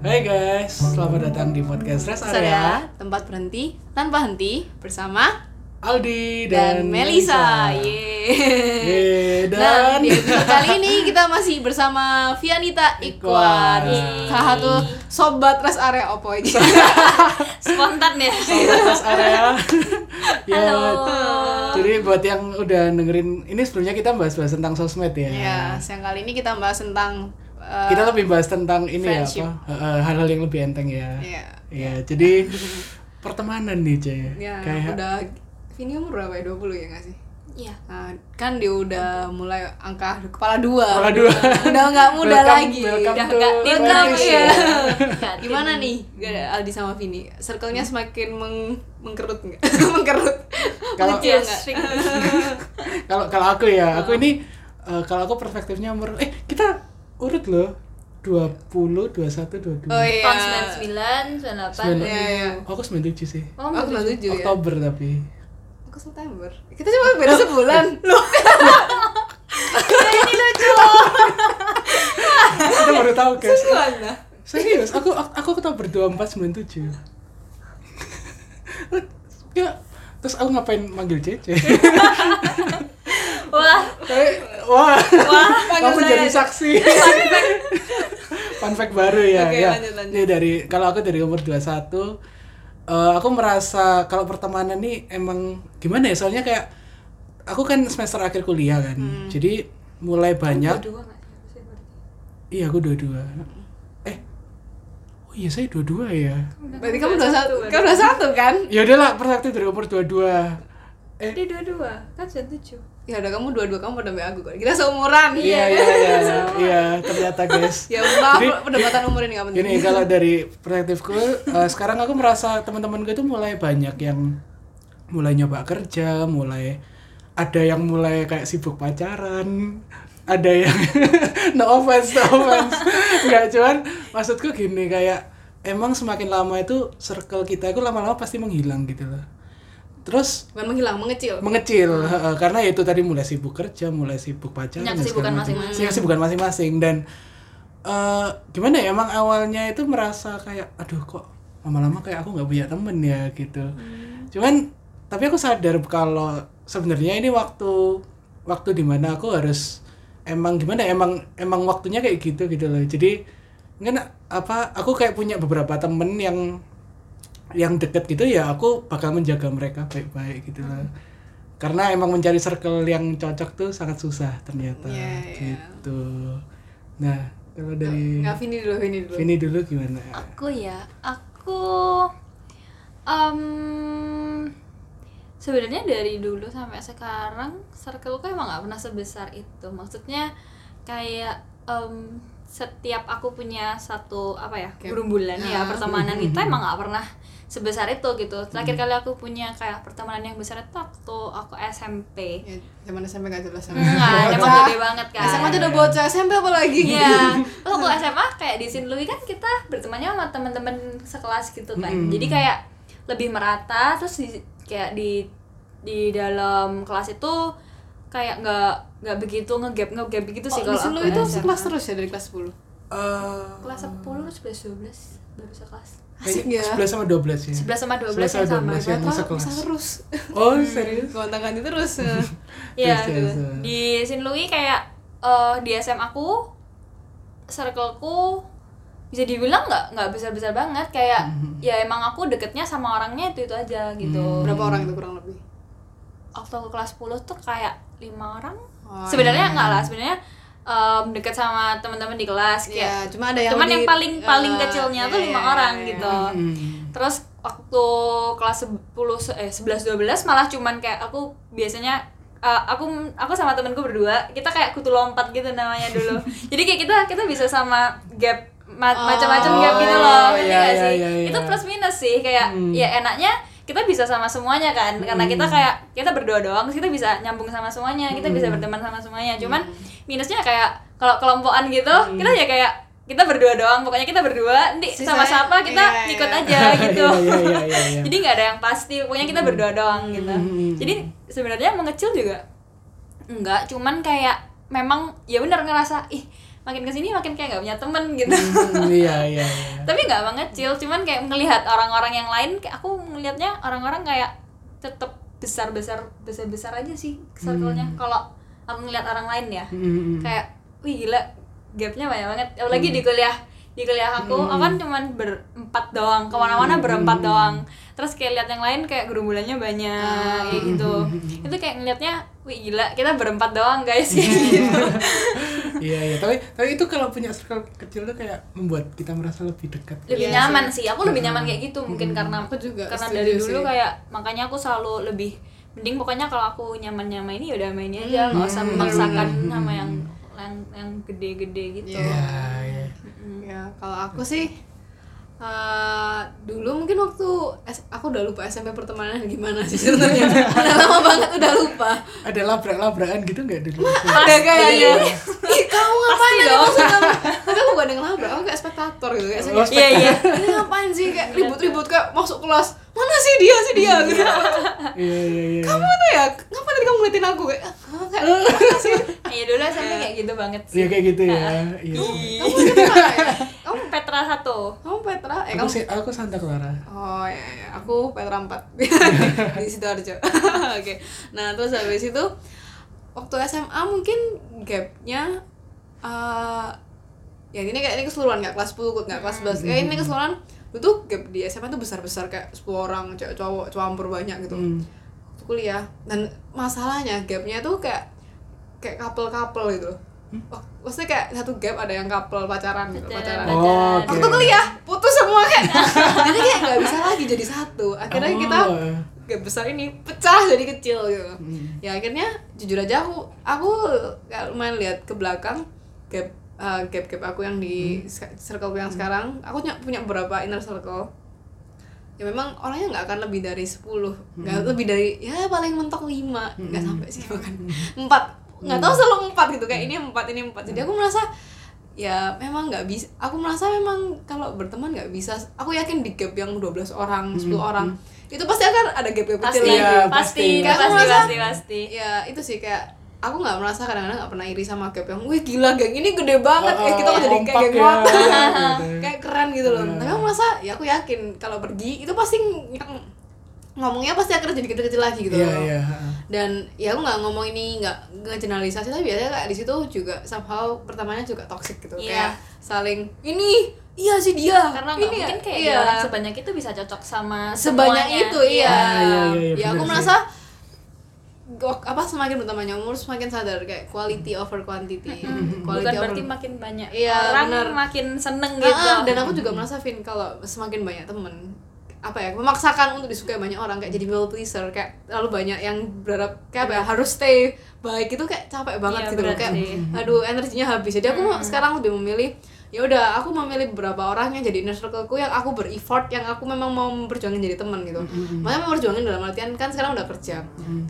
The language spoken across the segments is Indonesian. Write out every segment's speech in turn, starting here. Hai guys, selamat datang di podcast Rest Area. Saudara, tempat berhenti tanpa henti bersama Aldi dan, dan, Melisa. Yeay, Yeay. Nah, dan di episode kali ini kita masih bersama Vianita Iqwan, Iqwan. salah satu sobat res area opo ini. Iya. spontan ya Rest Area. ya, Halo. Jadi buat yang udah dengerin ini sebelumnya kita bahas-bahas tentang sosmed ya. ya, siang kali ini kita bahas tentang eh, Kita lebih bahas tentang ini ya Friendship. apa eh, eh, hal-hal yang lebih enteng ya. ya, Ya, jadi pertemanan nih Jay. ya Kayak udah Vini umur berapa ya? 20 ya nggak sih? iya Nah, kan dia udah mulai angka kepala dua. Kepala dua. Udah nggak muda Welcome- lagi. welcome Udah to nggak welcome, welcome iya. ya. Gimana nih Hmm? gak- Aldi sama Vini? Circle-nya semakin meng- mengkerut nggak? mengkerut. Kalau- Mengecil nggak? kalau kalau aku ya, aku ini eh, kalau aku perspektifnya umur eh kita urut loh 20, 21, 22. Oh iya. tahun sembilan sembilan sembilan delapan Sembilan- Iya, iya. Oh, aku 97 sih. oh Aku mungkin. sembilan tujuh ya. Oktober tapi. Aku September. Kita cuma beda sebulan. Loh, Kita baru tahu guys. gimana? Serius, aku aku Oktober 2497. ya, terus aku ngapain manggil Cece? wah Eh, Wah, panggil kamu saya jadi aja. saksi. Fun fact baru ya. Oke, ya. lanjut, lanjut. Ini dari kalau aku dari umur 21 eh, aku merasa kalau pertemanan nih emang gimana ya? Soalnya kayak aku kan semester akhir kuliah kan. Hmm. Jadi mulai banyak dua nggak sih? Iya, aku dua-dua. Hmm. Eh, oh iya saya dua-dua ya. Berarti kamu 21. Kamu 21 kan? Ya udahlah, perspektif dari umur dua-dua. Eh, dia dua dua kan sembilan tujuh Ya udah kamu dua-dua kamu pada mbak aku kan. Kita seumuran. iya iya iya, iya ternyata guys. Ya maaf, Jadi- perdebatan umur ini nggak penting. Gini Iya. kalau dari perspektifku, eh, sekarang aku merasa teman-teman gue tuh mulai banyak yang mulai nyoba kerja, mulai ada yang mulai kayak sibuk pacaran, ada yang no offense, no offense, nggak cuman maksudku gini kayak emang semakin lama itu circle kita itu lama-lama pasti menghilang gitu loh. Terus Bukan menghilang, mengecil. mengecil heeh, karena ya itu tadi mulai sibuk kerja mulai sibuk pacaran dan Punya segala macam. kesibukan Ya, masing-masing. Punya kesibukan Iya masing-masing dan eh, gimana ya emang awalnya itu merasa kayak aduh kok lama-lama kayak aku nggak punya temen ya gitu Hmm. cuman tapi aku sadar kalau sebenarnya ini waktu waktu dimana aku harus emang gimana ya, emang emang waktunya kayak gitu gitu loh jadi kan apa aku kayak punya beberapa temen yang yang deket gitu ya aku bakal menjaga mereka baik-baik gitu lah Hmm. karena emang mencari circle yang cocok tuh sangat susah ternyata Iya, iya. gitu nah kalau dari Nggak, Eh, Vini dulu, Vini dulu. Vini dulu gimana aku ya aku um, sebenarnya dari dulu sampai sekarang circleku emang nggak pernah sebesar itu maksudnya kayak em, setiap aku punya satu apa ya Kayak- gerombolan ya Ah. pertemanan itu emang nggak pernah sebesar itu gitu terakhir Hmm. kali aku punya kayak pertemanan yang besar itu waktu aku SMP Ya, zaman SMP gak jelas sama. Enggak, emang gede banget kan SMA tuh udah bocah, SMP apa lagi? Iya. Terus waktu SMA kayak di Sin Louis kan kita bertemannya sama teman-teman sekelas gitu kan. Mm. Jadi kayak lebih merata terus di- kayak di di dalam kelas itu kayak nggak nggak begitu ngegap ngegap begitu sih kalau Lu Oh, aku itu SMA. sekelas terus ya dari kelas 10? Eh, kelas 10 11 12 baru sekelas. Asik kayaknya 11 ya. sama 12 ya 11 sama 12 sama yang sama. 12 yang Bapak sekelas. bisa terus. oh serius Gonta ganti terus. Iya, Terus, gitu. terus, terus. Di Sin Louis kayak eh, di SMA aku circleku bisa dibilang nggak nggak besar-besar banget kayak Mhm. ya emang aku deketnya sama orangnya itu itu aja gitu. Hmm. Berapa orang itu kurang lebih? waktu aku kelas 10 tuh kayak lima orang Oh, sebenarnya enggak lah sebenarnya em, dekat sama teman-teman di kelas Ya, kayak cuma ada yang cuman di- yang paling paling eh, kecilnya tuh iya, lima iya, orang iya. gitu Hmm. terus waktu kelas 10 se- eh 11 12 malah cuman kayak aku biasanya eh, aku aku sama temenku berdua kita kayak kutu lompat gitu namanya dulu jadi kayak kita kita bisa sama gap ma- Oh, macam-macam gap gitu loh ngerti iya, nggak iya, sih iya, iya. itu plus minus sih kayak Hmm. ya enaknya kita bisa sama semuanya kan karena kita Hmm. kayak kita berdua doang terus kita bisa nyambung sama semuanya kita bisa Hmm. Hmm. berteman sama semuanya cuman minusnya kayak kalau kelompokan gitu kita ya kayak kita berdua doang pokoknya kita berdua nanti Sisanya, sama ya? siapa kita iya, iya. ikut aja gitu Iya, iya, iya, iya. jadi nggak ada yang pasti pokoknya kita berdua doang gitu Hmm. jadi sebenarnya mengecil juga enggak cuman kayak memang ya benar ngerasa ih makin kesini makin kayak nggak punya temen gitu Hmm, iya iya iya tapi nggak mengecil cuman kayak ngelihat orang-orang yang lain kayak aku ngelihatnya orang-orang kayak tetap besar besar besar besar aja sih circle-nya Hmm. kalau aku ngelihat orang lain ya Hmm, hmm. kayak wih gila gapnya banyak banget apalagi di kuliah di kuliah aku Hmm. aku kan cuman berempat doang kemana-mana Hmm. berempat doang terus kayak lihat yang lain kayak gerombolannya banyak Ah. kayak gitu Hmm. itu kayak ngelihatnya wih gila kita berempat doang guys kayak gitu iya iya tapi tapi itu kalau punya circle kecil tuh kayak membuat kita merasa lebih dekat lebih Iya nyaman sih. aku lebih nyaman kayak gitu mungkin Hmm. karena Aku juga karena setuju dari dulu sih. kayak makanya aku selalu lebih mending pokoknya kalau aku nyaman nyaman ini ya udah main aja nggak usah Hmm. memaksakan Hmm. sama yang yang yang gede-gede gitu iya iya Ya, kalau aku sih eh, dulu mungkin waktu S- aku udah lupa SMP pertemanan gimana sih sebenarnya. udah lama banget udah lupa. ada labrak-labrakan gitu nggak Iya, dulu Ada iya, ya. kayaknya. Pasti. Ih, kamu ngapain Pasti aja dong. maksud kamu? Tapi aku bukan yang nabrak, aku kayak spektator gitu kayak Oh, iya iya Ini ngapain sih kayak ribut-ribut kayak masuk kelas. Mana sih dia sih dia gitu. iya iya iya kamu itu ya, ngapain tadi kamu ngeliatin aku kayak "Hah, kayak Eh." "Mana sih?" ya dulu SMP kayak gitu banget sih iya kayak gitu ya iya Kamu itu mana ya? kamu Petra satu Kamu Petra, eh aku kamu sih aku Santa Clara Oh ya, ya. aku Petra 4 di Sidoarjo. Oke. Nah, terus habis itu waktu SMA mungkin gapnya eh ya ini kayak ini keseluruhan nggak kelas 10 nggak kelas 11 Hmm. kayak ini keseluruhan dulu tuh gap di SMA tuh besar besar kayak 10 orang cewek cowok campur banyak gitu Hmm. Waktu kuliah dan masalahnya gapnya tuh kayak kayak couple couple gitu Hmm? Wak- maksudnya kayak satu gap ada yang couple pacaran gitu pacaran Oh, Dadah. oke. waktu kuliah putus semua kayak jadi kayak nggak bisa lagi jadi satu akhirnya kita Oh. gak besar ini pecah jadi kecil gitu Hmm. ya akhirnya jujur aja aku aku kayak lumayan lihat ke belakang gap eh, gap gap aku yang di se- circle yang sekarang aku punya punya beberapa inner circle ya memang orangnya nggak akan lebih dari 10 nggak lebih dari ya paling mentok 5 nggak sampai sih bahkan empat nggak tahu selalu empat gitu kayak ini empat ini empat jadi aku merasa ya memang nggak bisa aku merasa memang kalau berteman nggak bisa aku yakin di gap yang 12 orang 10 orang itu pasti akan ada gap-gap kecil pasti ya, Iya, pasti. lagi pasti Kamu pasti merasa- pasti pasti ya itu sih kayak aku nggak merasa kadang-kadang nggak pernah iri sama gap yang wih gila geng ini gede banget kayak kita kan jadi kayak kompak geng ya, watak." gitu. kayak keren gitu loh Hmm. tapi aku merasa ya aku yakin kalau pergi itu pasti ng- ng- ngomongnya pasti akan jadi kecil-kecil lagi gitu iya loh iya dan ya aku nggak ngomong ini nggak nggak generalisasi tapi biasanya kayak di situ juga somehow pertamanya juga toxic gitu Iya. kayak saling ini iya sih dia karena nggak ini ya, mungkin kayak iya." orang sebanyak itu bisa cocok sama sebanyak semuanya. itu iya. Iya, iya, iya, ya aku bener sih. merasa gok- apa semakin bertambahnya umur semakin sadar kayak quality over quantity. quality bukan berarti makin banyak Iya, orang benar. makin seneng Ah, gitu ah, dan aku juga merasa Vin kalau semakin banyak temen apa ya memaksakan untuk disukai banyak orang kayak jadi people pleaser kayak terlalu banyak yang berharap kayak apa ya, harus stay baik itu kayak capek banget Iya, gitu loh berat kayak sih. Mm-hmm. Mm-hmm. aduh energinya habis jadi aku sekarang lebih memilih ya udah aku memilih beberapa orang yang jadi inner circleku yang aku bereffort yang aku memang mau memperjuangin jadi teman gitu Mm-hmm. makanya memperjuangin dalam artian kan sekarang udah kerja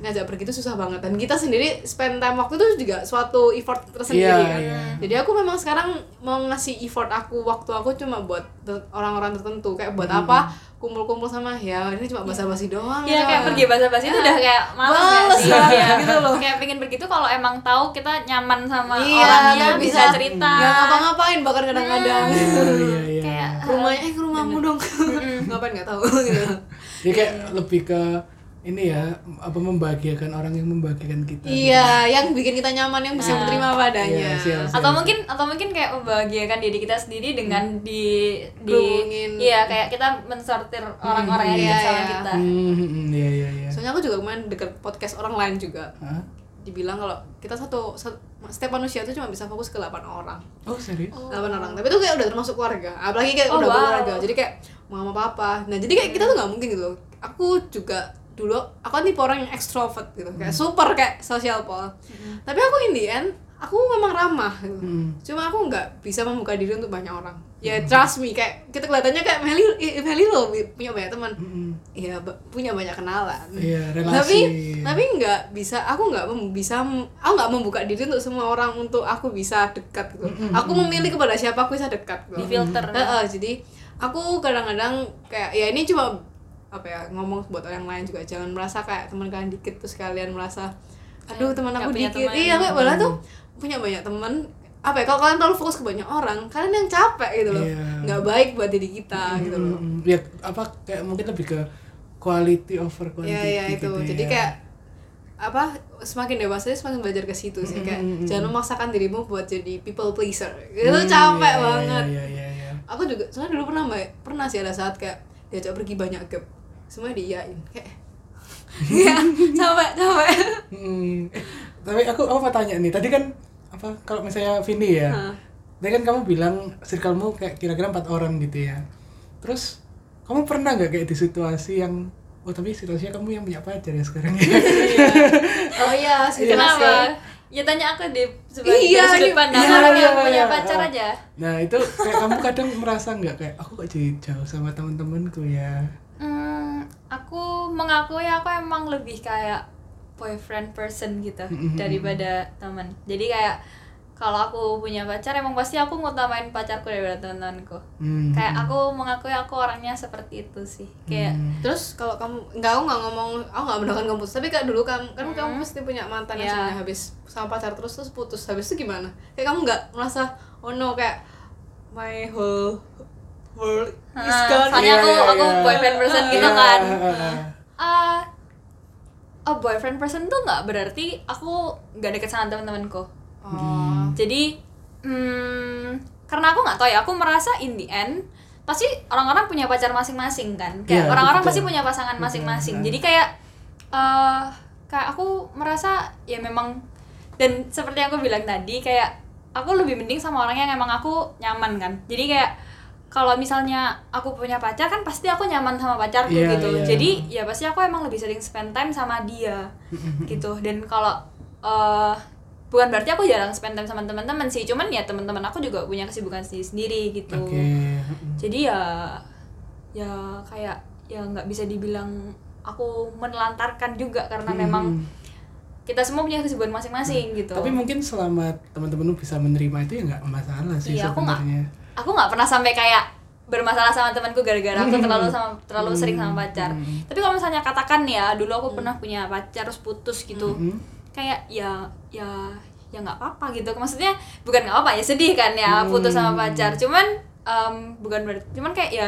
ngajak pergi itu susah banget dan kita sendiri spend time waktu itu juga suatu effort tersendiri Iya, kan iya. jadi aku memang sekarang mau ngasih effort aku waktu aku cuma buat ter- orang-orang tertentu kayak buat apa kumpul-kumpul sama ya ini cuma basa-basi doang Hmm. Iya ya. kayak pergi basa-basi itu udah kayak males Males gak sih? banget Iya. gitu loh. Kayak pengen begitu kalau emang tahu kita nyaman sama Iya, orangnya nggak bisa, bisa. cerita. nggak ngapa-ngapain bahkan Hmm. kadang-kadang iya iya iya Kayak Ke rumahnya eh ke rumahmu dong Hmm. ngapain nggak tahu gitu Jadi kayak lebih ke ini ya apa membahagiakan orang yang membahagiakan kita iya yang bikin kita nyaman yang Ah. bisa menerima padanya Iya, siap, siap. atau mungkin atau mungkin kayak membahagiakan diri kita sendiri dengan di di Kerumunin. iya kayak kita mensortir orang-orang yang Iya, dekat sama iya. kita. Hmm, hmm, hmm, iya iya iya soalnya aku juga kemarin denger podcast orang lain juga Hah? dibilang kalau kita satu, satu setiap manusia itu cuma bisa fokus ke 8 orang oh serius delapan orang tapi itu kayak udah termasuk keluarga apalagi kayak Oh, udah wow. keluarga jadi kayak mama papa nah jadi kayak kita tuh nggak mungkin gitu loh aku juga dulu aku kan tipe orang yang extrovert gitu kayak super kayak social pol tapi aku in the end aku memang ramah gitu. Hmm. cuma aku nggak bisa membuka diri untuk banyak orang ya trust me kayak kita kelihatannya kayak Meli eh, Meli loh punya banyak teman Hmm, ya ba- punya banyak kenalan Iya, relasi. tapi tapi nggak bisa aku nggak mem- bisa aku nggak membuka diri untuk semua orang untuk aku bisa dekat gitu aku memilih kepada siapa aku bisa dekat gitu Di filter. Heeh, jadi aku kadang-kadang kayak ya ini cuma apa ya ngomong buat orang lain juga jangan merasa kayak teman kalian dikit terus kalian merasa aduh teman Nggak aku punya dikit teman. iya kayak malah tuh punya banyak teman apa ya kalau kalian terlalu fokus ke banyak orang kalian yang capek gitu loh Iya. nggak baik buat diri kita gitu loh Mm, ya apa kayak mungkin lebih ke quality over quantity ya ya itu gitu ya. jadi kayak apa semakin dewasa semakin belajar ke situ sih kayak Mm-mm. jangan memaksakan dirimu buat jadi people pleaser itu Hmm, capek ya, ya, banget ya, ya, ya. aku juga soalnya dulu pernah mbak pernah sih ada saat kayak diajak pergi banyak gap semuanya diiyain kayak Iya, capek, capek. Hmm. Eh, tapi aku aku mau tanya nih tadi kan apa kalau misalnya Vini ya Hah. tadi kan kamu bilang circlemu kayak kira-kira empat orang gitu ya terus kamu pernah nggak kayak di situasi yang oh tapi situasinya kamu yang punya pacar ya sekarang ya Iya. oh iya sih Kenapa? Ya tanya aku di sebagai Iya, dari sudut iya, pandang iya, orang yang iya, punya iya, pacar iya. aja. nah itu kayak kamu kadang merasa nggak kayak aku kok jadi jauh sama temen-temenku ya Hmm, aku mengakui aku emang lebih kayak boyfriend person gitu Mhm. daripada teman. Jadi kayak kalau aku punya pacar emang pasti aku ngutamain pacarku daripada teman-temanku. Hmm. Kayak aku mengakui aku orangnya seperti itu sih. Kayak Hmm. terus kalau kamu nggak aku nggak ngomong aku nggak mendoakan kamu putus tapi kayak dulu kamu kan kamu Hmm. pasti punya mantan Iya. yang sebenarnya habis sama pacar terus terus putus habis itu gimana kayak kamu nggak merasa oh no kayak my whole world is Ah, gone soalnya Iya, aku iya, aku iya. boyfriend person gitu Iya, kan. iya, iya. Ah, oh boyfriend person tuh nggak berarti aku nggak deket sama teman-temanku. oh. jadi hmm, karena aku nggak tahu ya aku merasa in the end pasti orang-orang punya pacar masing-masing kan Iya, kayak orang-orang betul. pasti punya pasangan Betul, masing-masing nah. jadi kayak eh kayak aku merasa ya memang dan seperti yang aku bilang tadi kayak aku lebih mending sama orang yang emang aku nyaman kan jadi kayak kalau misalnya aku punya pacar kan pasti aku nyaman sama pacarku Iya, gitu iya. jadi ya pasti aku emang lebih sering spend time sama dia Hmm. gitu dan kalau eh bukan berarti aku jarang spend time sama teman-teman sih cuman ya teman-teman aku juga punya kesibukan sendiri sendiri gitu Oke. hmm. jadi ya ya kayak ya nggak bisa dibilang aku menelantarkan juga karena memang Hmm. kita semua punya kesibukan masing-masing gitu Tapi mungkin selama teman-teman lu bisa menerima itu ya nggak masalah sih Iya, aku nggak- sebenarnya. aku nggak pernah sampai kayak bermasalah sama temanku gara-gara aku terlalu sama terlalu sering sama pacar Hmm. tapi kalau misalnya katakan ya dulu aku pernah punya pacar terus putus gitu Mm. Mm-mm. kayak ya ya ya nggak apa-apa gitu maksudnya bukan nggak apa-apa ya sedih kan ya putus sama Hmm. pacar cuman em, bukan berarti cuman kayak ya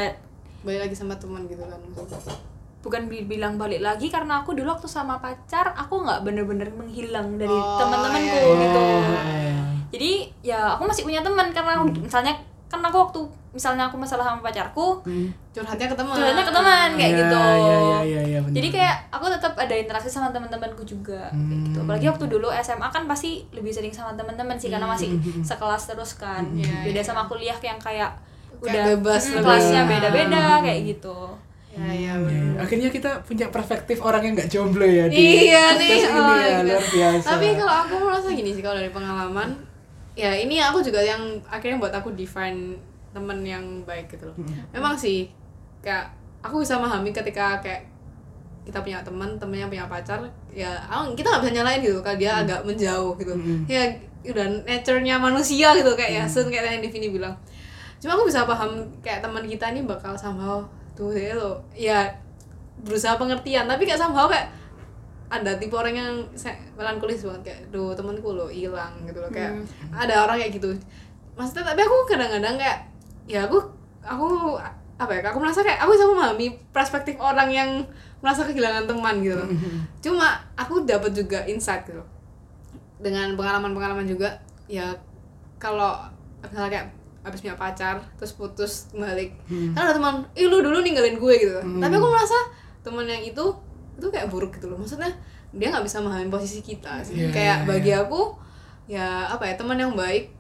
balik lagi sama teman gitu kan bukan dibilang balik lagi karena aku dulu waktu sama pacar aku nggak bener-bener menghilang dari Oh, teman-temanku iya, iya. gitu iya. jadi ya aku masih punya teman karena aku- misalnya kan aku waktu misalnya aku masalah sama pacarku Hmm. curhatnya ke teman curhatnya ke teman kayak Iya, gitu Iya, iya, iya, iya, benar. jadi kayak aku tetap ada interaksi sama teman-temanku juga kayak gitu. Hmm. Apalagi waktu dulu SMA kan pasti lebih sering sama teman-teman sih karena masih sekelas terus kan. Hmm. Iya, Beda iya. sama kuliah yang kayak Kayak udah bebas hmm, lebih. kelasnya beda-beda Hmm. kayak gitu. ya ya Iya, iya. bener. Akhirnya kita punya perspektif orang yang nggak jomblo ya di iya podcast nih ini oh, ya, gitu. luar biasa. tapi kalau aku merasa gini sih kalau dari pengalaman ya ini aku juga yang akhirnya buat aku define temen yang baik gitu loh Mm. memang sih kayak aku bisa memahami ketika kayak kita punya teman temennya punya pacar ya aku- kita nggak bisa nyalain gitu kalau dia agak menjauh gitu Mm-mm. ya udah nature-nya manusia gitu kayak ya sun kayak yang Devini bilang cuma aku bisa paham kayak teman kita nih bakal somehow tuh dia lo ya berusaha pengertian tapi kayak somehow kayak ada tipe orang yang se- melankolis banget kayak duh temanku lo hilang gitu loh kayak ada orang kayak gitu maksudnya tapi aku kadang-kadang kayak ya aku aku apa ya aku merasa kayak aku bisa memahami perspektif orang yang merasa kehilangan teman gitu loh Mm-hmm. cuma aku dapat juga insight gitu loh. dengan pengalaman-pengalaman juga ya kalau misalnya kayak abis punya pacar terus putus balik Hmm. kan ada teman ih lu dulu ninggalin gue gitu Hmm. tapi aku merasa teman yang itu itu kayak buruk gitu loh maksudnya dia nggak bisa memahami posisi kita Iya, sih kayak iya, bagi iya. aku ya apa ya teman yang baik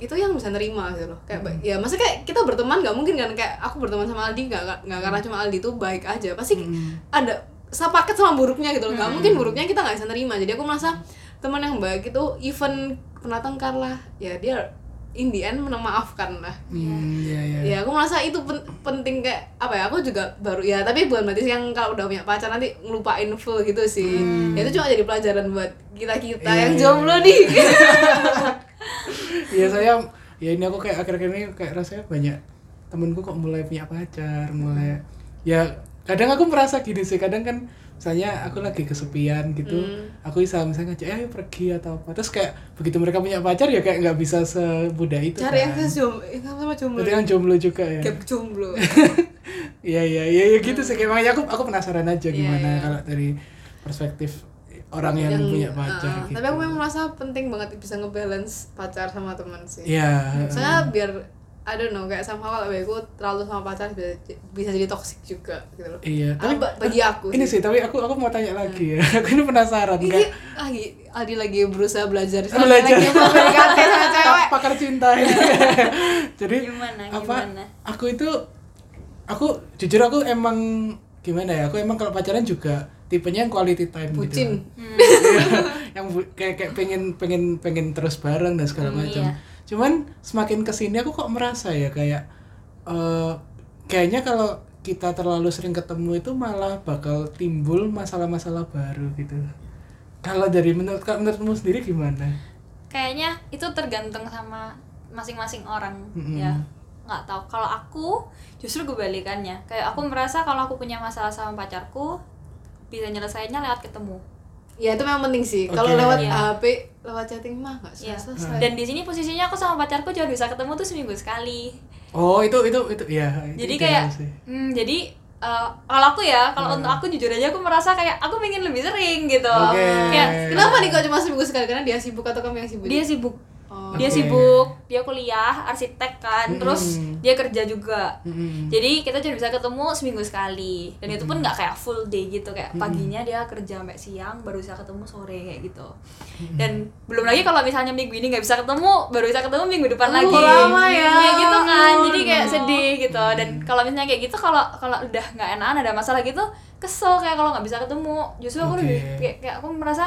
itu yang bisa nerima gitu loh kayak Hmm. ba- ya maksudnya kayak kita berteman nggak mungkin kan kayak aku berteman sama Aldi nggak nggak- nggak karena cuma Aldi itu baik aja pasti Hmm. ada sepaket sama buruknya gitu loh nggak mungkin buruknya kita nggak bisa nerima jadi aku merasa teman yang baik itu even pernah tengkar lah ya dia in the end memaafkan lah Hmm, iya, iya. ya aku merasa itu pen- penting kayak apa ya aku juga baru ya tapi bukan berarti sih yang kalau udah punya pacar nanti ngelupain full gitu sih ya itu cuma jadi pelajaran buat kita kita Hmm. Iya, yang iya, jomblo iya. nih Iya saya ya ini aku kayak akhir-akhir ini kayak rasanya banyak temenku kok mulai punya pacar mulai ya kadang aku merasa gini sih kadang kan misalnya aku lagi kesepian gitu Hmm. aku bisa misalnya ngajak eh pergi atau apa terus kayak begitu mereka punya pacar ya kayak nggak bisa semudah itu cari yang kan. jomblo yang sama jomblo Berarti kan jomblo juga ya gap jomblo Iya iya iya ya, gitu sih kayak makanya aku aku penasaran aja Iya, gimana iya. kalau dari perspektif orang yang, punya pacar uh, gitu. tapi aku memang merasa penting banget bisa ngebalance pacar sama teman sih Iya. soalnya biar I don't know kayak sama kalau aku terlalu sama pacar bisa, bisa jadi toxic juga gitu loh Iya. Ah, ba- bagi aku Hmm. ini sih tapi aku aku mau tanya lagi ya. aku ini penasaran Ini kayak Iya, lagi Aldi lagi berusaha belajar Ah, belajar. lagi mau PDKT sama cewek pak- pakar cinta ini. Jadi Gimana, apa? gimana? Aku itu aku jujur aku emang gimana ya? Aku emang kalau pacaran juga tipenya yang quality time bucin gitu. yang bu- kayak kayak pengen pengen pengen terus bareng dan segala Hmm, macam. iya. Cuman semakin kesini aku kok merasa ya kayak eh, kayaknya kalau kita terlalu sering ketemu itu malah bakal timbul masalah-masalah baru gitu. Kalau dari menurut kalau menurutmu sendiri gimana? kayaknya itu tergantung sama masing-masing orang Mm-mm. ya nggak tahu kalau aku justru kebalikannya kayak aku merasa kalau aku punya masalah sama pacarku bisa nyelesainya lewat ketemu ya itu memang penting Oke. sih Hmm. kalau lewat Iya. HP lewat chatting mah nggak ya selesai selesai dan di sini posisinya aku sama pacarku cuma bisa ketemu tuh seminggu sekali Oh, itu itu itu ya. itu jadi ideal kayak sih. Iya. hmm, jadi eh, kalau aku ya kalau untuk aku jujur aja aku merasa kayak aku pengen lebih sering gitu Oke. kayak kenapa nih kok cuma seminggu sekali karena dia sibuk atau kamu yang sibuk dia sibuk oh. dia Oke. sibuk dia kuliah arsitek kan terus Mm-mm. dia kerja juga Mm-mm. Jadi kita cuma bisa ketemu seminggu sekali dan itu pun nggak kayak full day gitu kayak paginya dia kerja sampai siang baru bisa ketemu sore kayak gitu. Dan belum lagi kalau misalnya minggu ini nggak bisa ketemu baru bisa ketemu minggu depan Oh, lagi. lama ya. Kayak gitu kan. Jadi kayak Ampun. sedih gitu. Dan kalau misalnya kayak gitu kalau kalau udah nggak enakan ada masalah gitu kesel kayak kalau nggak bisa ketemu. Justru aku Oke. lebih kayak, kayak aku merasa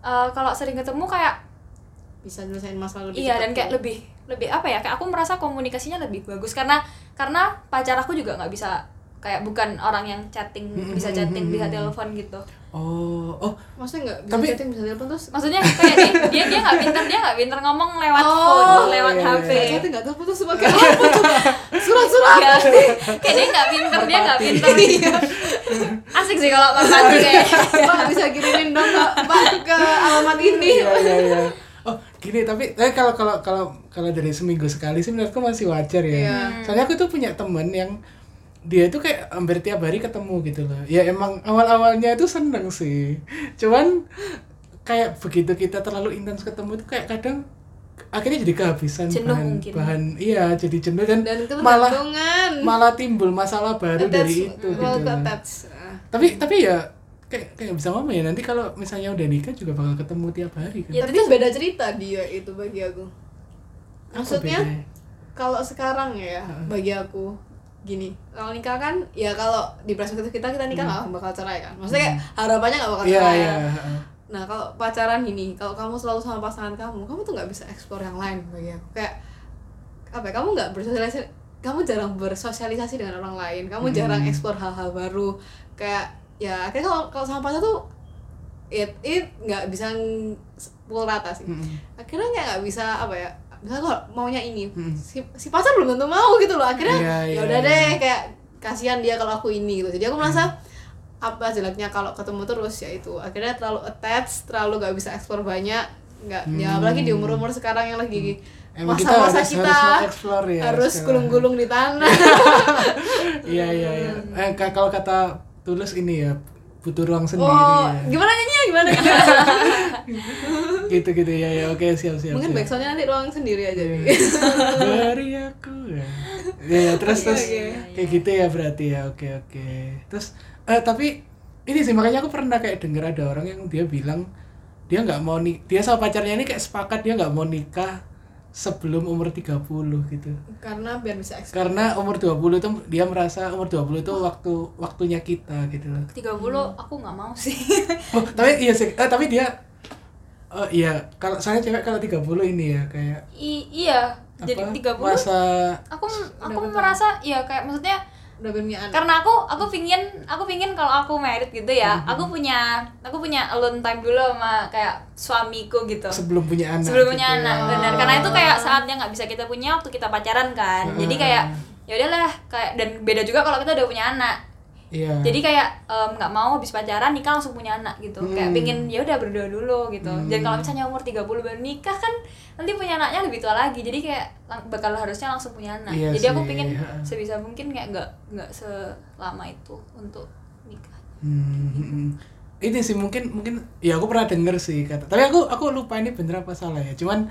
eh, kalau sering ketemu kayak bisa nyelesain masalah lebih iya cepat dan kayak tuh. lebih lebih apa ya kayak aku merasa komunikasinya lebih bagus karena karena pacar aku juga nggak bisa kayak bukan orang yang chatting bisa chatting bisa telepon gitu Oh, oh, maksudnya nggak bisa Tapi- chatting bisa telepon terus maksudnya kayak dia dia dia nggak pinter dia nggak pinter ngomong lewat Oh, phone lewat iya, hp iya. chatting nggak telepon terus sebagai apa tuh surat-surat Iya, kayak dia nggak pinter dia nggak pinter Iya. asik sih kalau makan kayak Pak bisa kirimin dong Pak, Pak ke alamat ini. iya iya iya. Oh, gini tapi eh, kalau kalau kalau kalau dari seminggu sekali sih menurutku masih wajar ya. Iya. Soalnya aku tuh punya temen yang dia tuh kayak hampir tiap hari ketemu gitu loh. Ya emang awal-awalnya itu seneng sih. Cuman kayak begitu kita terlalu intens ketemu tuh kayak kadang akhirnya jadi kehabisan Jenuh bahan, mungkin. bahan iya jadi jenuh dan, Dan malah ketergantungan. malah timbul masalah baru dari itu gitu. Well, loh. attached. Ah. Tapi tapi ya kayak kayak bisa ngomong ya nanti kalau misalnya udah nikah juga bakal ketemu tiap hari kan. Ya, Tapi tapi- itu beda cerita dia itu bagi aku. Apa Maksudnya bedanya? kalau sekarang ya bagi aku gini kalau nikah kan ya kalau di perspektif kita kita nikah nggak bakal cerai kan maksudnya kayak harapannya nggak bakal Hmm. Iya cerai kan. iya. nah kalau pacaran gini kalau kamu selalu sama pasangan kamu kamu tuh nggak bisa eksplor yang lain bagi aku kayak apa ya, kamu nggak bersosialisasi kamu jarang bersosialisasi dengan orang lain kamu Hmm. jarang eksplor hal-hal baru kayak ya akhirnya kalau kalau sama pacar tuh it it nggak bisa ng- pukul rata sih Mm-mm. akhirnya kayak nggak bisa apa ya misalnya kalau maunya ini Hmm. si, si pacar belum tentu mau gitu loh akhirnya Iya, ya iya, udah iya. deh kayak kasihan dia kalau aku ini gitu jadi aku merasa Hmm. apa jeleknya kalau ketemu terus ya itu akhirnya terlalu attached terlalu gak bisa eksplor banyak nggak Hmm. ya apalagi di umur umur sekarang yang lagi Emang kita masa-masa harus- kita, harus mengeksplor ya harus sekarang. gulung-gulung di tanah Iya iya iya. Eh ka- kalau kata tulus ini ya butuh ruang sendiri oh ya. gimana nyanyinya gimana gimana Gitu gitu ya ya oke siap siap. mungkin siap. backsoundnya nanti ruang sendiri aja Iya. Bi. Beri aku ya. Ya, ya, terus Oke, terus oke. kayak gitu ya berarti ya oke oke. Terus eh tapi ini sih makanya aku pernah kayak denger ada orang yang dia bilang dia nggak mau nik dia sama pacarnya ini kayak sepakat dia nggak mau nikah sebelum umur 30 gitu. karena biar bisa eksplor karena umur 20 itu dia merasa umur 20 itu waktu waktunya kita gitu loh. 30 aku nggak mau sih Oh, tapi iya sih, eh, tapi dia oh iya, kalau saya cewek kalau 30 ini ya kayak I- iya jadi apa, 30 masa aku aku merasa ya kayak maksudnya udah biar punya anak karena aku aku pingin aku pingin kalau aku married gitu ya aku punya aku punya alone time dulu sama kayak suamiku gitu sebelum punya anak. sebelum punya gitu anak ya. benar karena itu kayak saatnya nggak bisa kita punya waktu kita pacaran kan jadi kayak ya udahlah kayak dan beda juga kalau kita udah punya anak Iya. jadi kayak em, nggak mau habis pacaran nikah langsung punya anak gitu Hmm. kayak pingin ya udah berdua dulu gitu Hmm. dan kalau misalnya umur 30 baru nikah kan nanti punya anaknya lebih tua lagi jadi kayak lang- bakal harusnya langsung punya anak Iya jadi sih, aku pingin iya. sebisa mungkin kayak nggak nggak selama itu untuk nikah Hmm, hmm, hmm. ini sih mungkin mungkin ya aku pernah denger sih kata tapi aku aku lupa ini bener apa salah ya cuman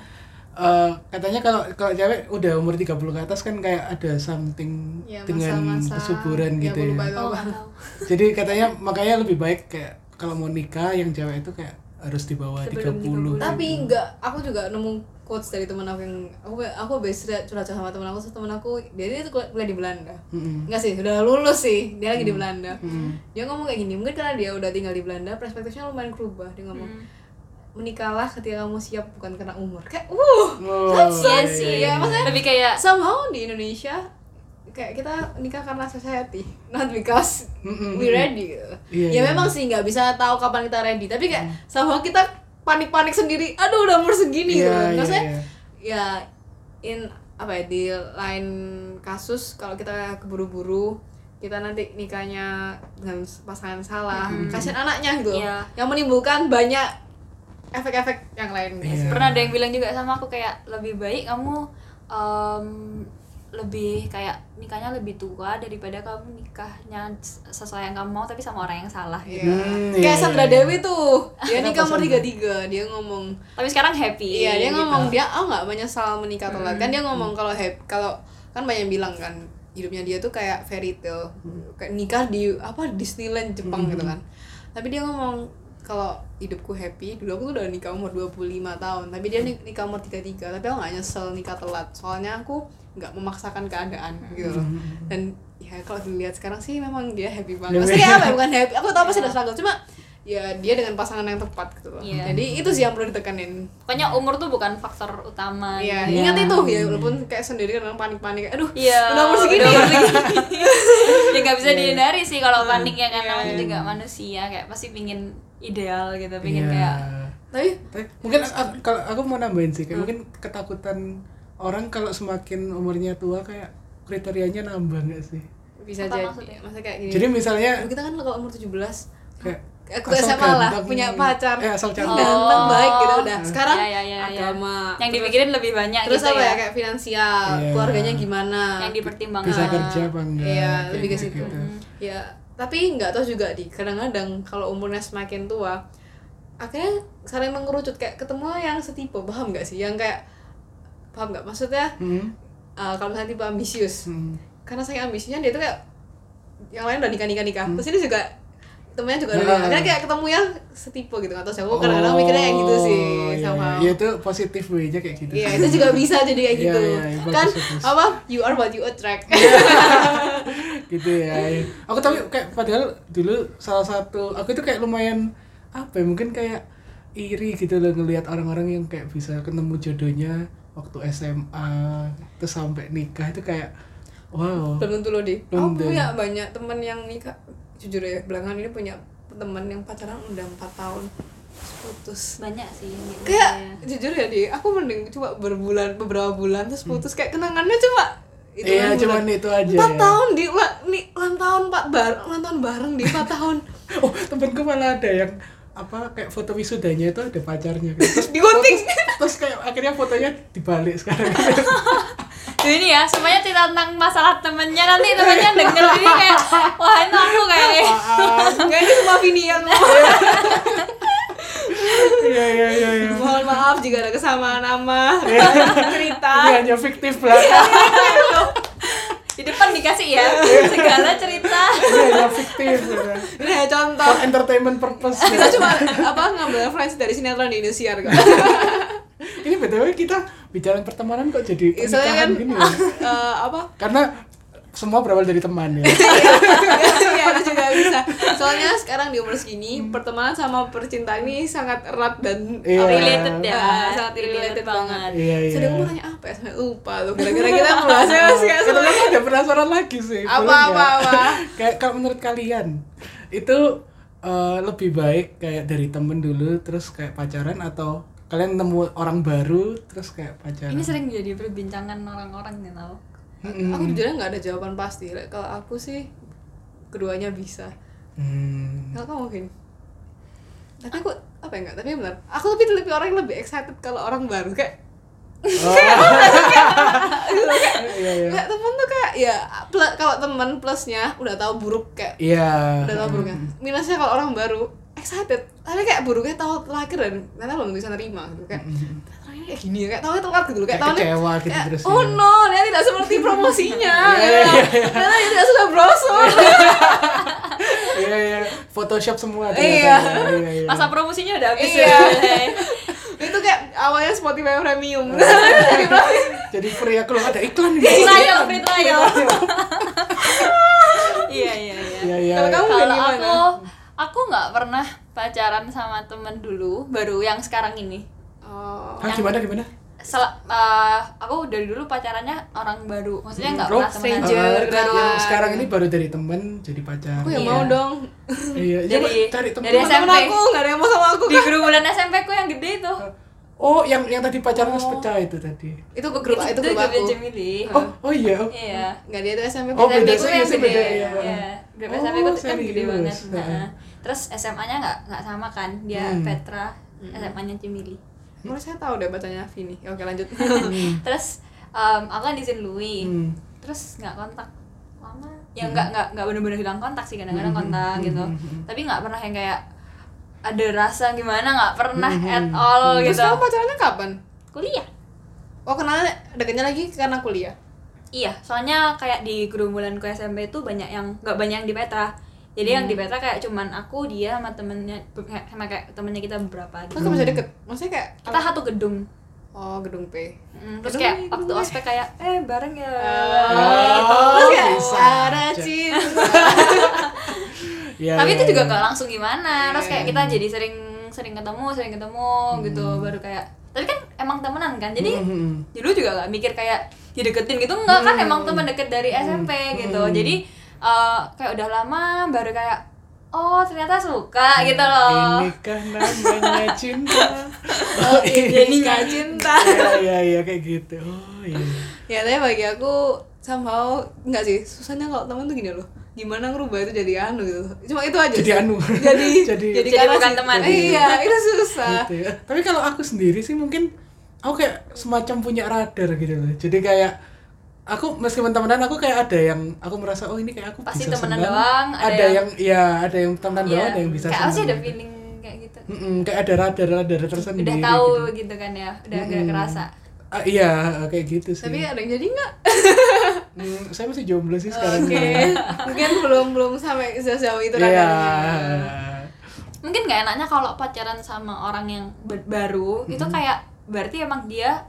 eh, katanya kalau kalau cewek udah umur 30 ke atas kan kayak ada something Ya, dengan masa-masa. kesuburan Ya, gitu ya aku lupa itu apa. oh nggak tahu jadi katanya makanya lebih baik kayak kalau mau nikah yang cewek itu kayak harus di bawah gitu. Sebelum 30, 30. tapi enggak aku juga nemu quotes dari temen aku yang aku aku habis curhat sama temen aku terus temen aku dia dia tuh kul- kuliah di Belanda Mm-mm. enggak sih udah lulus sih dia lagi di Belanda Mm. dia ngomong kayak gini mungkin karena dia udah tinggal di Belanda perspektifnya lumayan berubah dia ngomong Hmm. menikahlah ketika kamu siap bukan karena umur kayak uh Oh, Iya iya, sih iya, iya. maksudnya lebih kayak somehow di Indonesia kayak kita nikah karena society not because Mm-mm. we ready Iya, ya iya. Mm. memang sih nggak bisa tahu kapan kita ready tapi kayak somehow kita panik-panik sendiri aduh udah umur segini Iya, gitu iya, maksudnya iya. ya in apa ya di lain kasus kalau kita keburu-buru kita nanti nikahnya dengan pasangan salah kasihan anaknya gitu Iya. yang menimbulkan banyak efek-efek yang lain Iya. pernah ada yang bilang juga sama aku kayak lebih baik kamu em, lebih kayak nikahnya lebih tua daripada kamu nikahnya s- sesuai yang kamu mau tapi sama orang yang salah gitu. Iya. Hmm, kayak iya, Sandra iya. Dewi tuh dia Kenapa nikah umur Sandra? 33 dia ngomong Tapi sekarang happy. Iya, dia gitu. ngomong dia oh nggak menyesal menikah telat. Hmm. Kan dia ngomong kalau hap- kalau kan banyak yang bilang kan hidupnya dia tuh kayak fairy tale. Hmm. Kayak nikah di apa Disneyland Jepang gitu kan. Tapi dia ngomong kalau hidupku happy, dulu aku tuh udah nikah umur 25 tahun, tapi dia nik- nikah umur 33, tapi aku nggak nyesel nikah telat. Soalnya aku nggak memaksakan keadaan gitu loh. Dan ya kalau dilihat sekarang sih memang dia happy banget. Maksudnya kayak apa? ya, Bukan happy. Aku tahu pasti ada struggle, cuma ya dia dengan pasangan yang tepat gitu loh. Iya. Jadi itu sih yang perlu ditekanin. Pokoknya umur tuh bukan faktor utama. Iya, gitu. ingat itu ya walaupun kayak sendiri kadang panik-panik kayak, aduh, Iya. udah umur segini. udah umur segini. ya nggak bisa dihindari sih kalau panik ya kan Iya. namanya juga manusia kayak pasti pingin ideal gitu, Iya. pingin kayak Tapi Tapi mungkin aku- kalau aku mau nambahin sih kayak mungkin ketakutan orang kalau semakin umurnya tua kayak kriterianya nambah nggak sih bisa Apa jadi maksudnya? maksudnya kayak gini. jadi misalnya Dulu kita kan kalau umur 17 kayak aku asal SMA lah ganteng- punya pacar. eh, asal dan cantik. ganteng Oh. baik gitu udah. Sekarang ya, ya, ya, ya. agama. yang dipikirin lebih banyak Terus gitu apa ya. ya? kayak finansial, Iya. keluarganya gimana. yang dipertimbangkan. bisa kerja apa enggak ah, Iya, kayak lebih ke situ. gitu. Ya, tapi nggak tahu juga di. Kadang-kadang kalau umurnya semakin tua, akhirnya sering mengerucut kayak ketemu yang setipe, paham nggak sih? Yang kayak paham nggak maksudnya? Hmm, eh, kalau misalnya tipe ambisius, hmm. karena saya ambisinya dia tuh kayak yang lain udah nikah nikah nikah terus ini juga temennya juga udah Hmm. Nah. nikah akhirnya kayak ketemu yang setipe gitu atau siapa kadang-kadang mikirnya kayak gitu sih Oh, iya, sama iya. ya itu positif way nya kayak gitu Iya, sih. itu juga bisa jadi kayak Iya, gitu. iya, iya, bagus, kan bagus. apa you are what you attract. gitu ya iya. aku tapi kayak padahal dulu salah satu aku itu kayak lumayan apa ya mungkin kayak iri gitu loh ngelihat orang-orang yang kayak bisa ketemu jodohnya waktu SMA terus sampai nikah itu kayak wow Belum tentu loh deh. Belum Aku tentu. punya banyak temen yang nikah jujur ya belakangan ini punya temen yang pacaran udah 4 tahun terus putus. banyak sih yang gitu ya. Kayak jujur ya di aku mending cuma berbulan beberapa bulan terus putus kayak kenangannya cuma Hmm. iya kan, cuman bulan. itu aja empat ya. tahun di ula- ni ulang tahun pak bar ulang tahun bareng di empat tahun oh temenku malah ada yang apa kayak foto wisudanya itu ada pacarnya gitu. terus Digunting. terus- terus kayak akhirnya fotonya dibalik sekarang Tuh ini ya, semuanya cerita tentang masalah temennya nanti temennya denger ini kayak wah ini aku kayak nggak ini semua Vini yang iya iya iya iya mohon maaf jika ada kesamaan nama ini cerita Iya, hanya fiktif lah di depan dikasih ya segala cerita. ini Iya, hanya fiktif gitu. ini hanya contoh for entertainment purpose ya. kita cuma apa ngambil referensi dari sinetron di Indonesia kok ini btw kita bicara pertemanan kok jadi soalnya pernikahan kan gini ya eh, apa karena semua berawal dari teman ya Iya, itu juga bisa. Soalnya sekarang di umur segini, pertemanan sama percintaan ini sangat erat dan Hmm. Iya. Related ya, Ah, sangat related, banget. iya iya Sedang mau tanya apa ya? Sampai lupa loh. Gara-gara kita bahasnya masih kayak Karena aku ada penasaran lagi sih Apa, boleh nggak? apa, apa? kayak kalau menurut kalian itu eh, lebih baik kayak dari temen dulu terus kayak pacaran atau kalian nemu orang baru terus kayak pacaran Ini sering jadi perbincangan orang-orang nih tau. Mm-mm. Aku jujurnya nggak ada jawaban pasti. Like, Kalau aku sih keduanya bisa Hmm. kalau kamu mungkin tapi aku apa ya enggak tapi benar aku tapi lebih orang yang lebih excited kalau orang baru kayak Oh. Iya, iya. kayak temen tuh kayak ya pl- kalau temen plusnya udah tahu buruk kayak Iya. udah tahu buruknya minusnya kalau orang baru excited tapi kayak buruknya tahu terakhir dan ternyata belum bisa nerima gitu kayak ternyata orang ini kayak gini ya, kayak tahu telat gitu loh, kayak Kayak tahu kecewa gitu kayak, terus oh ya. no dia tidak seperti promosinya Iya, gitu loh. iya, ternyata dia tidak sudah brosur Iya, iya. Photoshop semua Iya. ternyata. Iya, iya. masa promosinya udah habis Iya. ya itu kayak awalnya Spotify premium Iya. Jadi promosi. Jadi free aku loh ada iklan gitu. free trial iya, free trial iya iya iya Iya, iya. Kalau kamu- kalau gimana? aku aku nggak pernah pacaran sama temen dulu baru yang sekarang ini oh Hah, gimana gimana? Sel- eh, aku dari dulu pacarannya orang baru maksudnya nggak Oh, pernah temenan stranger. Ah, terus kenalan. yang sekarang ini baru dari temen jadi pacar. aku yang Iya. mau dong Iya, iya, Jadi, Pak, cari temen. dari Temen-temen SMP. aku nggak ada yang mau sama aku di gerombolan SMP ku yang gede itu Oh, yang yang tadi pacarnya pecah itu tadi. itu ke grup itu grup aku grupnya Cemili Oh, oh iya. Oh, iya nggak dia itu SMP Oh, SMP beda ku sih, yang sih gede beda, iya. iya grup Oh, SMP ku kan gede serius. banget Nah. Nah, terus SMA nya nggak nggak sama kan dia Hmm. Petra SMA nya Cemili menurut saya tahu deh bacanya Vini oke lanjut Gitu. terus em, aku kan di Saint Louis Hmm. terus nggak kontak lama ya nggak nggak nggak bener-bener hilang kontak sih kadang-kadang Mhm. Mm-hmm. kontak gitu Mhm. tapi nggak pernah yang kayak ada rasa gimana nggak pernah Mhm. at all Mm-hmm. terus gitu kamu pacarannya kapan kuliah oh kenalnya deketnya lagi karena kuliah iya soalnya kayak di gerombolanku SMP itu banyak yang nggak banyak yang di Petra jadi yang di Mm-hmm. Petra kayak cuman aku dia sama temennya kayak- sama kayak temennya kita beberapa terus gitu kamu bisa Hmm. deket maksudnya kayak kita satu gedung oh gedung P Mm, terus Gedung kayak nih, waktu gedung nih. ospek kayak eh bareng ya Gitu. Oh, terus kayak bisa ada aja. cinta Iya, tapi iya, itu juga iya. Hmm. nggak langsung gimana terus kayak Iya. kita jadi sering sering ketemu sering ketemu gitu baru kayak tapi kan emang temenan kan jadi Mhm. dulu juga nggak mikir kayak dideketin gitu nggak kan emang teman deket dari SMP gitu Hmm. jadi eh, kayak udah lama baru kayak oh ternyata suka Hmm. gitu loh Ini kan namanya cinta. Oh, jadi nggak cinta Iya, iya, iya kayak gitu. Oh, iya. ya tapi bagi aku somehow nggak sih susahnya kalau temen tuh gini loh gimana ngerubah itu jadi anu gitu cuma itu aja Jadi sih. anu. jadi Jadi- jadi, Jadi karena bukan sih- teman. iya itu susah gitu ya. Tapi kalau aku sendiri sih mungkin aku kayak semacam punya radar gitu loh. Jadi kayak aku meskipun temenan aku kayak ada yang aku merasa oh ini kayak aku Pasti bisa temenan senang. doang, Ada, ada yang ya ada yang temenan Iya. doang, ada yang bisa kayak pasti ada senang. feeling kayak gitu Mm-mm, kayak ada radar-radar tersendiri. udah tahu gitu. gitu. kan ya udah Mm-mm. agak kerasa Ah, iya, kayak gitu sih. tapi ada yang jadi nggak Hmm, saya masih jomblo sih sekarang. Oke, mungkin belum belum sampai sejauh itu Iya. radarnya. mungkin nggak enaknya kalau pacaran sama orang yang ber- baru Mm-hmm. itu kayak berarti emang dia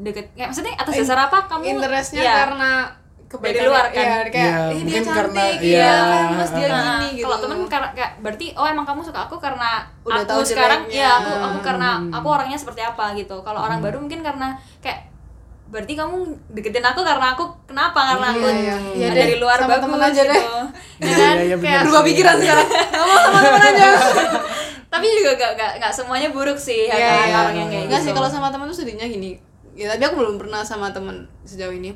deket kayak maksudnya atas In- dasar apa kamu Interestnya Iya. karena kebaikan luar kan? ya, kayak Iya, "Ih, dia mungkin cantik, karena- iya, iya. famous dia Nah, gini gitu. kalau temen karena kayak berarti oh emang kamu suka aku karena Udah aku tahu sekarang jeleknya. Hmm. ya aku aku karena aku orangnya seperti apa gitu kalau orang baru mungkin karena kayak berarti kamu deketin aku karena aku kenapa karena aku Iya, iya. Iya ada deh, dari luar sama bagus temen aja gitu. deh. Ya Iya, kan? iya, iya, benar Kayak- sih. berubah pikiran kan? Iya, sekarang. Gak mau sama temen aja. tapi juga gak, gak, gak semuanya buruk sih ya Iya, kan, iya. orang yang kayak Nggak gitu sih kalau sama temen tuh sedihnya gini. Ya tadi aku belum pernah sama temen sejauh ini.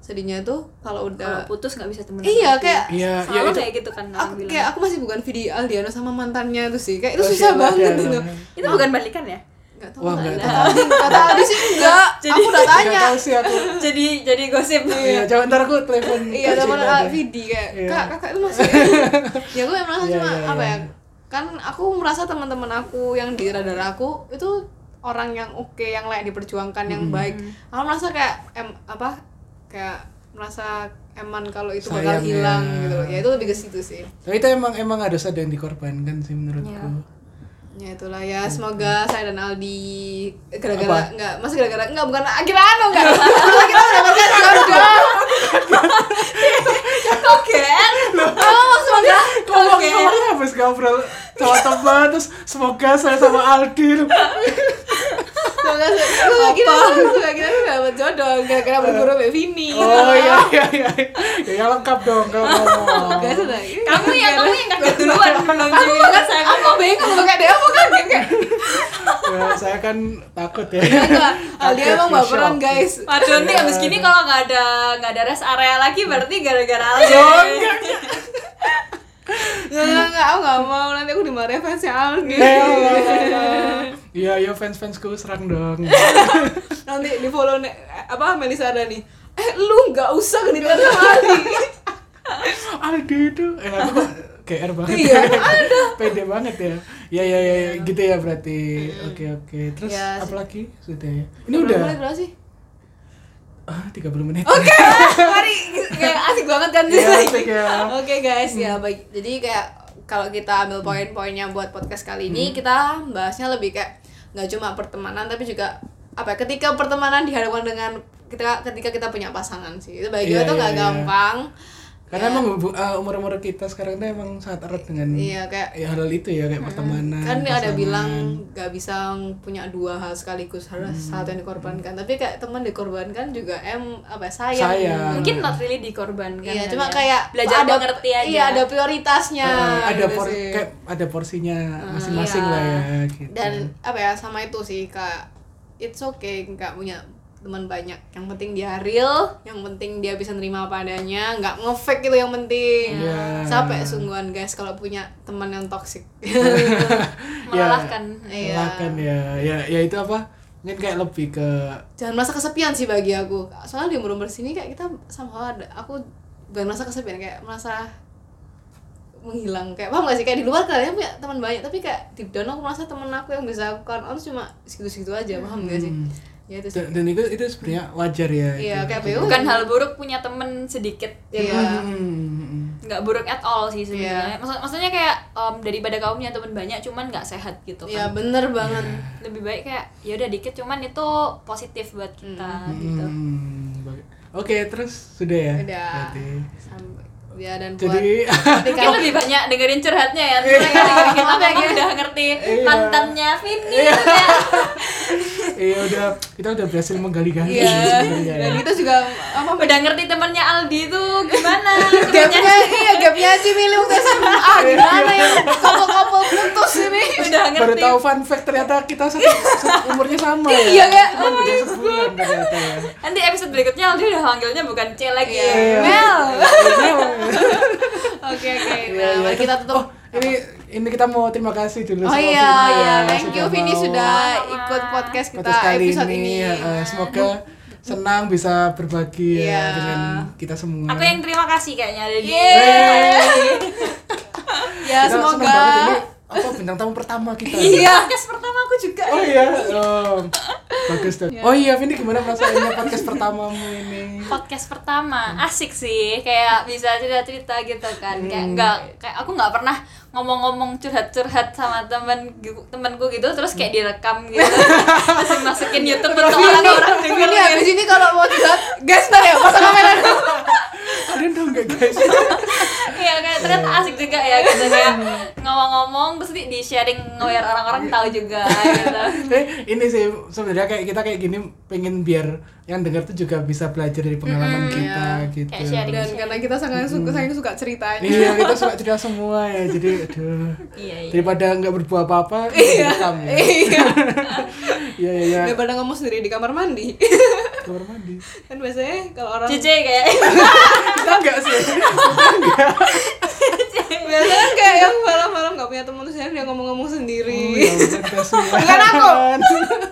Sedihnya tuh kalau kalau udah putus gak bisa temenan Iya, lagi. kayak- Iya, iya selalu itu. kayak gitu kan orang aku, bilang kayak aku masih bukan Vidi Aldiano sama mantannya itu sih. Kayak itu Oh, susah siapa banget dia? gitu. itu bukan balikan ya Gak tau Wah, lah. nggak Kata tahu. Aldi, kata Aldi sih enggak. Jadi- Aku udah Nggak tanya. tahu sih aku. jadi jadi gosip Iya, coba ntar aku telepon. iya Kak teman Cinta ah, deh. Vidi kayak Iya. kak kakak itu masih ya gue emang Iya, cuma iya, apa iya. ya kan aku merasa teman-teman aku yang di radar aku itu orang yang oke yang layak diperjuangkan yang Mm-hmm. baik aku merasa kayak em apa kayak merasa eman kalau itu Sayang bakal ya. hilang gitu loh ya itu lebih ke situ sih Tapi itu emang emang harus ada yang dikorbankan sih menurutku. ya itulah ya semoga saya dan Aldi Mm-hmm. Apa? gara-gara nggak masih gara-gara nggak bukan akhirnya anu nggak Karena kita mendapatkan jodoh kok kan kamu langsung aja Ngomong ngomong habis ngobrol sama teman terus semoga saya sama Aldi Semoga semoga kita semoga kita tuh dapat jodoh gara-gara berburu sama Vini. Oh iya iya iya. Ya yang lengkap dong kalau ngomong. Semoga sudah. kamu yang kamu yang kaget duluan belum juga kan saya Aku bingung loh kayak dia aku kaget kayak Ya, saya kan takut ya. enggak. Aldi emang Shock. baperan guys. Waduh nanti abis gini kalau nggak ada nggak ada rest area lagi berarti gara-gara Aldi. Yo, enggak. nggak nggak nggak, aku nggak mau nanti aku dimarahin fansnya Aldi Eh, Allah. Iya, ya fans-fansku serang dong. nanti di follow ne- apa Melisa Ardani eh lu nggak usah genit-genit sama Aldi Aldo itu eh aku kok GR banget. Iya, ada. Pede banget ya. Ya ya ya, ya. gitu ya berarti. Oke oke. Terus Ya, apa sih. lagi? Sudah ya. Ini udah mulai berapa sih ah, 30 menit. Oke, mari kayak asik banget kan sih. Iya, asik ya. Oke guys, ya baik. Jadi kayak kalau kita ambil poin-poinnya buat podcast kali Hmm. ini, kita bahasnya lebih kayak nggak cuma pertemanan tapi juga apa? ya, Ketika pertemanan dihadapkan dengan kita ketika kita punya pasangan sih. Itu bagi gue Iya, tuh nggak iya, iya. gampang. Karena emang hubu- eh, umur-umur kita sekarang tuh emang sangat erat dengan Iya, kayak- ya hal itu ya kayak pertemanan. kan dia ada pasangan. bilang nggak bisa punya dua hal sekaligus harus Hmm. satu yang dikorbankan tapi kayak teman dikorbankan juga em apa ya, sayang, Sayang. mungkin not really dikorbankan Iya, kali cuma ya. kayak belajar ada mengerti aja Nah, Iya, ada prioritasnya. Eh, ada gitu por- sih. Mm, kayak ada porsinya masing-masing iya. lah ya gitu. dan apa ya sama itu sih kak it's okay nggak punya teman banyak yang penting dia real yang penting dia bisa nerima apa adanya nggak ngefake gitu yang penting Iya. sampai sungguhan guys kalau punya teman yang toksik Iya. melelahkan Iya. Silakan ya. Ya ya itu apa? Mungkin kayak lebih ke jangan merasa kesepian sih bagi aku soalnya di umur umur sini kayak kita sama ada aku bukan merasa kesepian kayak merasa menghilang kayak paham gak sih kayak di luar kalian punya teman banyak tapi kayak di down aku merasa teman aku yang bisa aku count on cuma segitu-segitu aja paham gak sih Hmm. ya itu sih dan, dan itu itu sebenarnya wajar ya. Iya, itu. kayak Gitu. BU. bukan hal buruk punya temen sedikit ya Iya. Hmm. nggak buruk at all sih Iya. sebenarnya Maksud- maksudnya kayak em, daripada kamu punya temen banyak cuman nggak sehat gitu ya kan bener banget lebih baik kayak ya udah dikit cuman itu positif buat kita Nah, gitu Hmm, baga- Oke, terus sudah ya? Udah. Berarti. Sampai- ya dan buat Jadi Mungkin lebih banyak dengerin curhatnya Iya. ya Ternyata kan kita memang udah ngerti mantannya Vini gitu ya. iya udah kita udah berhasil menggali-gali Iya. sebenarnya dan kita juga apa Udah ngerti temennya Aldi tuh gimana gapnya temennya iya gapnya Cimili waktu SMA gimana ya? yang kapal-kapal putus ini ya. Udah Baru ngerti tahu fun fact ternyata kita satu, satu- umurnya sama ya. Iya, kayak, Cuman beda sebulan ternyata ya. Nanti episode berikutnya Aldi udah manggilnya bukan C lagi ya Iya. Mel Mel. oke oke Iya, nah iya. mari kita tutup Oh, ini ini kita mau terima kasih dulu Oh sama iya, Vini iya, ya, thank you sudah Vini mau sudah Sama-sama. ikut podcast kita podcast kali episode ini. ini. Eh, semoga senang bisa berbagi Iya. ya dengan kita semua. Aku yang terima kasih kayaknya ada di Iya. Yeay. Ya Kita senang semoga banget ini apa bintang tamu pertama kita. Iya Podcast pertama aku juga Oh iya. Oh, bagus tuh. Oh iya, Vini gimana perasaannya podcast pertamamu ini? podcast pertama asik sih kayak bisa cerita cerita gitu kan kayak nggak kayak aku nggak pernah ngomong-ngomong curhat-curhat sama temen gu- temenku gitu terus kayak direkam gitu terus dimasukin YouTube untuk Iya, orang-orang Vini dengerin habis ini kalau mau curhat, guys ntar ya pasang kamera dulu. Kalian dong enggak guys? Iya kayak ternyata asik juga ya gitu kayak ngomong-ngomong terus di sharing biar orang-orang tahu juga gitu Eh, ini sih sebenarnya kayak kita kayak gini pengen biar yang dengar tuh juga bisa belajar dari pengalaman kita gitu. Kayak sharing. Dan karena kita sangat suka, sangat suka ceritanya. Hmm. Iya, kita suka cerita semua ya. Jadi aduh. iya iya Daripada nggak berbuah apa-apa, direkam ya. Iya. Iya, iya, iya. Daripada ngomong sendiri di kamar mandi. Kamar mandi. kan biasanya kalau orang Cici kayak Kita enggak sih. biasanya kan kayak yang malam-malam nggak punya teman terus dia ngomong-ngomong Oh, Iya. ya sendiri. Bukan aku.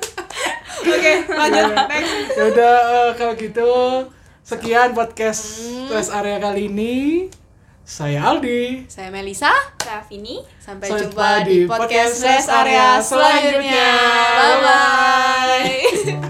Oke, lanjut next. ya udah eh, kalau gitu sekian podcast rest area kali ini saya Aldi Saya Melisa. Rafini Sampai jumpa di podcast Rest Area selanjutnya. Bye bye.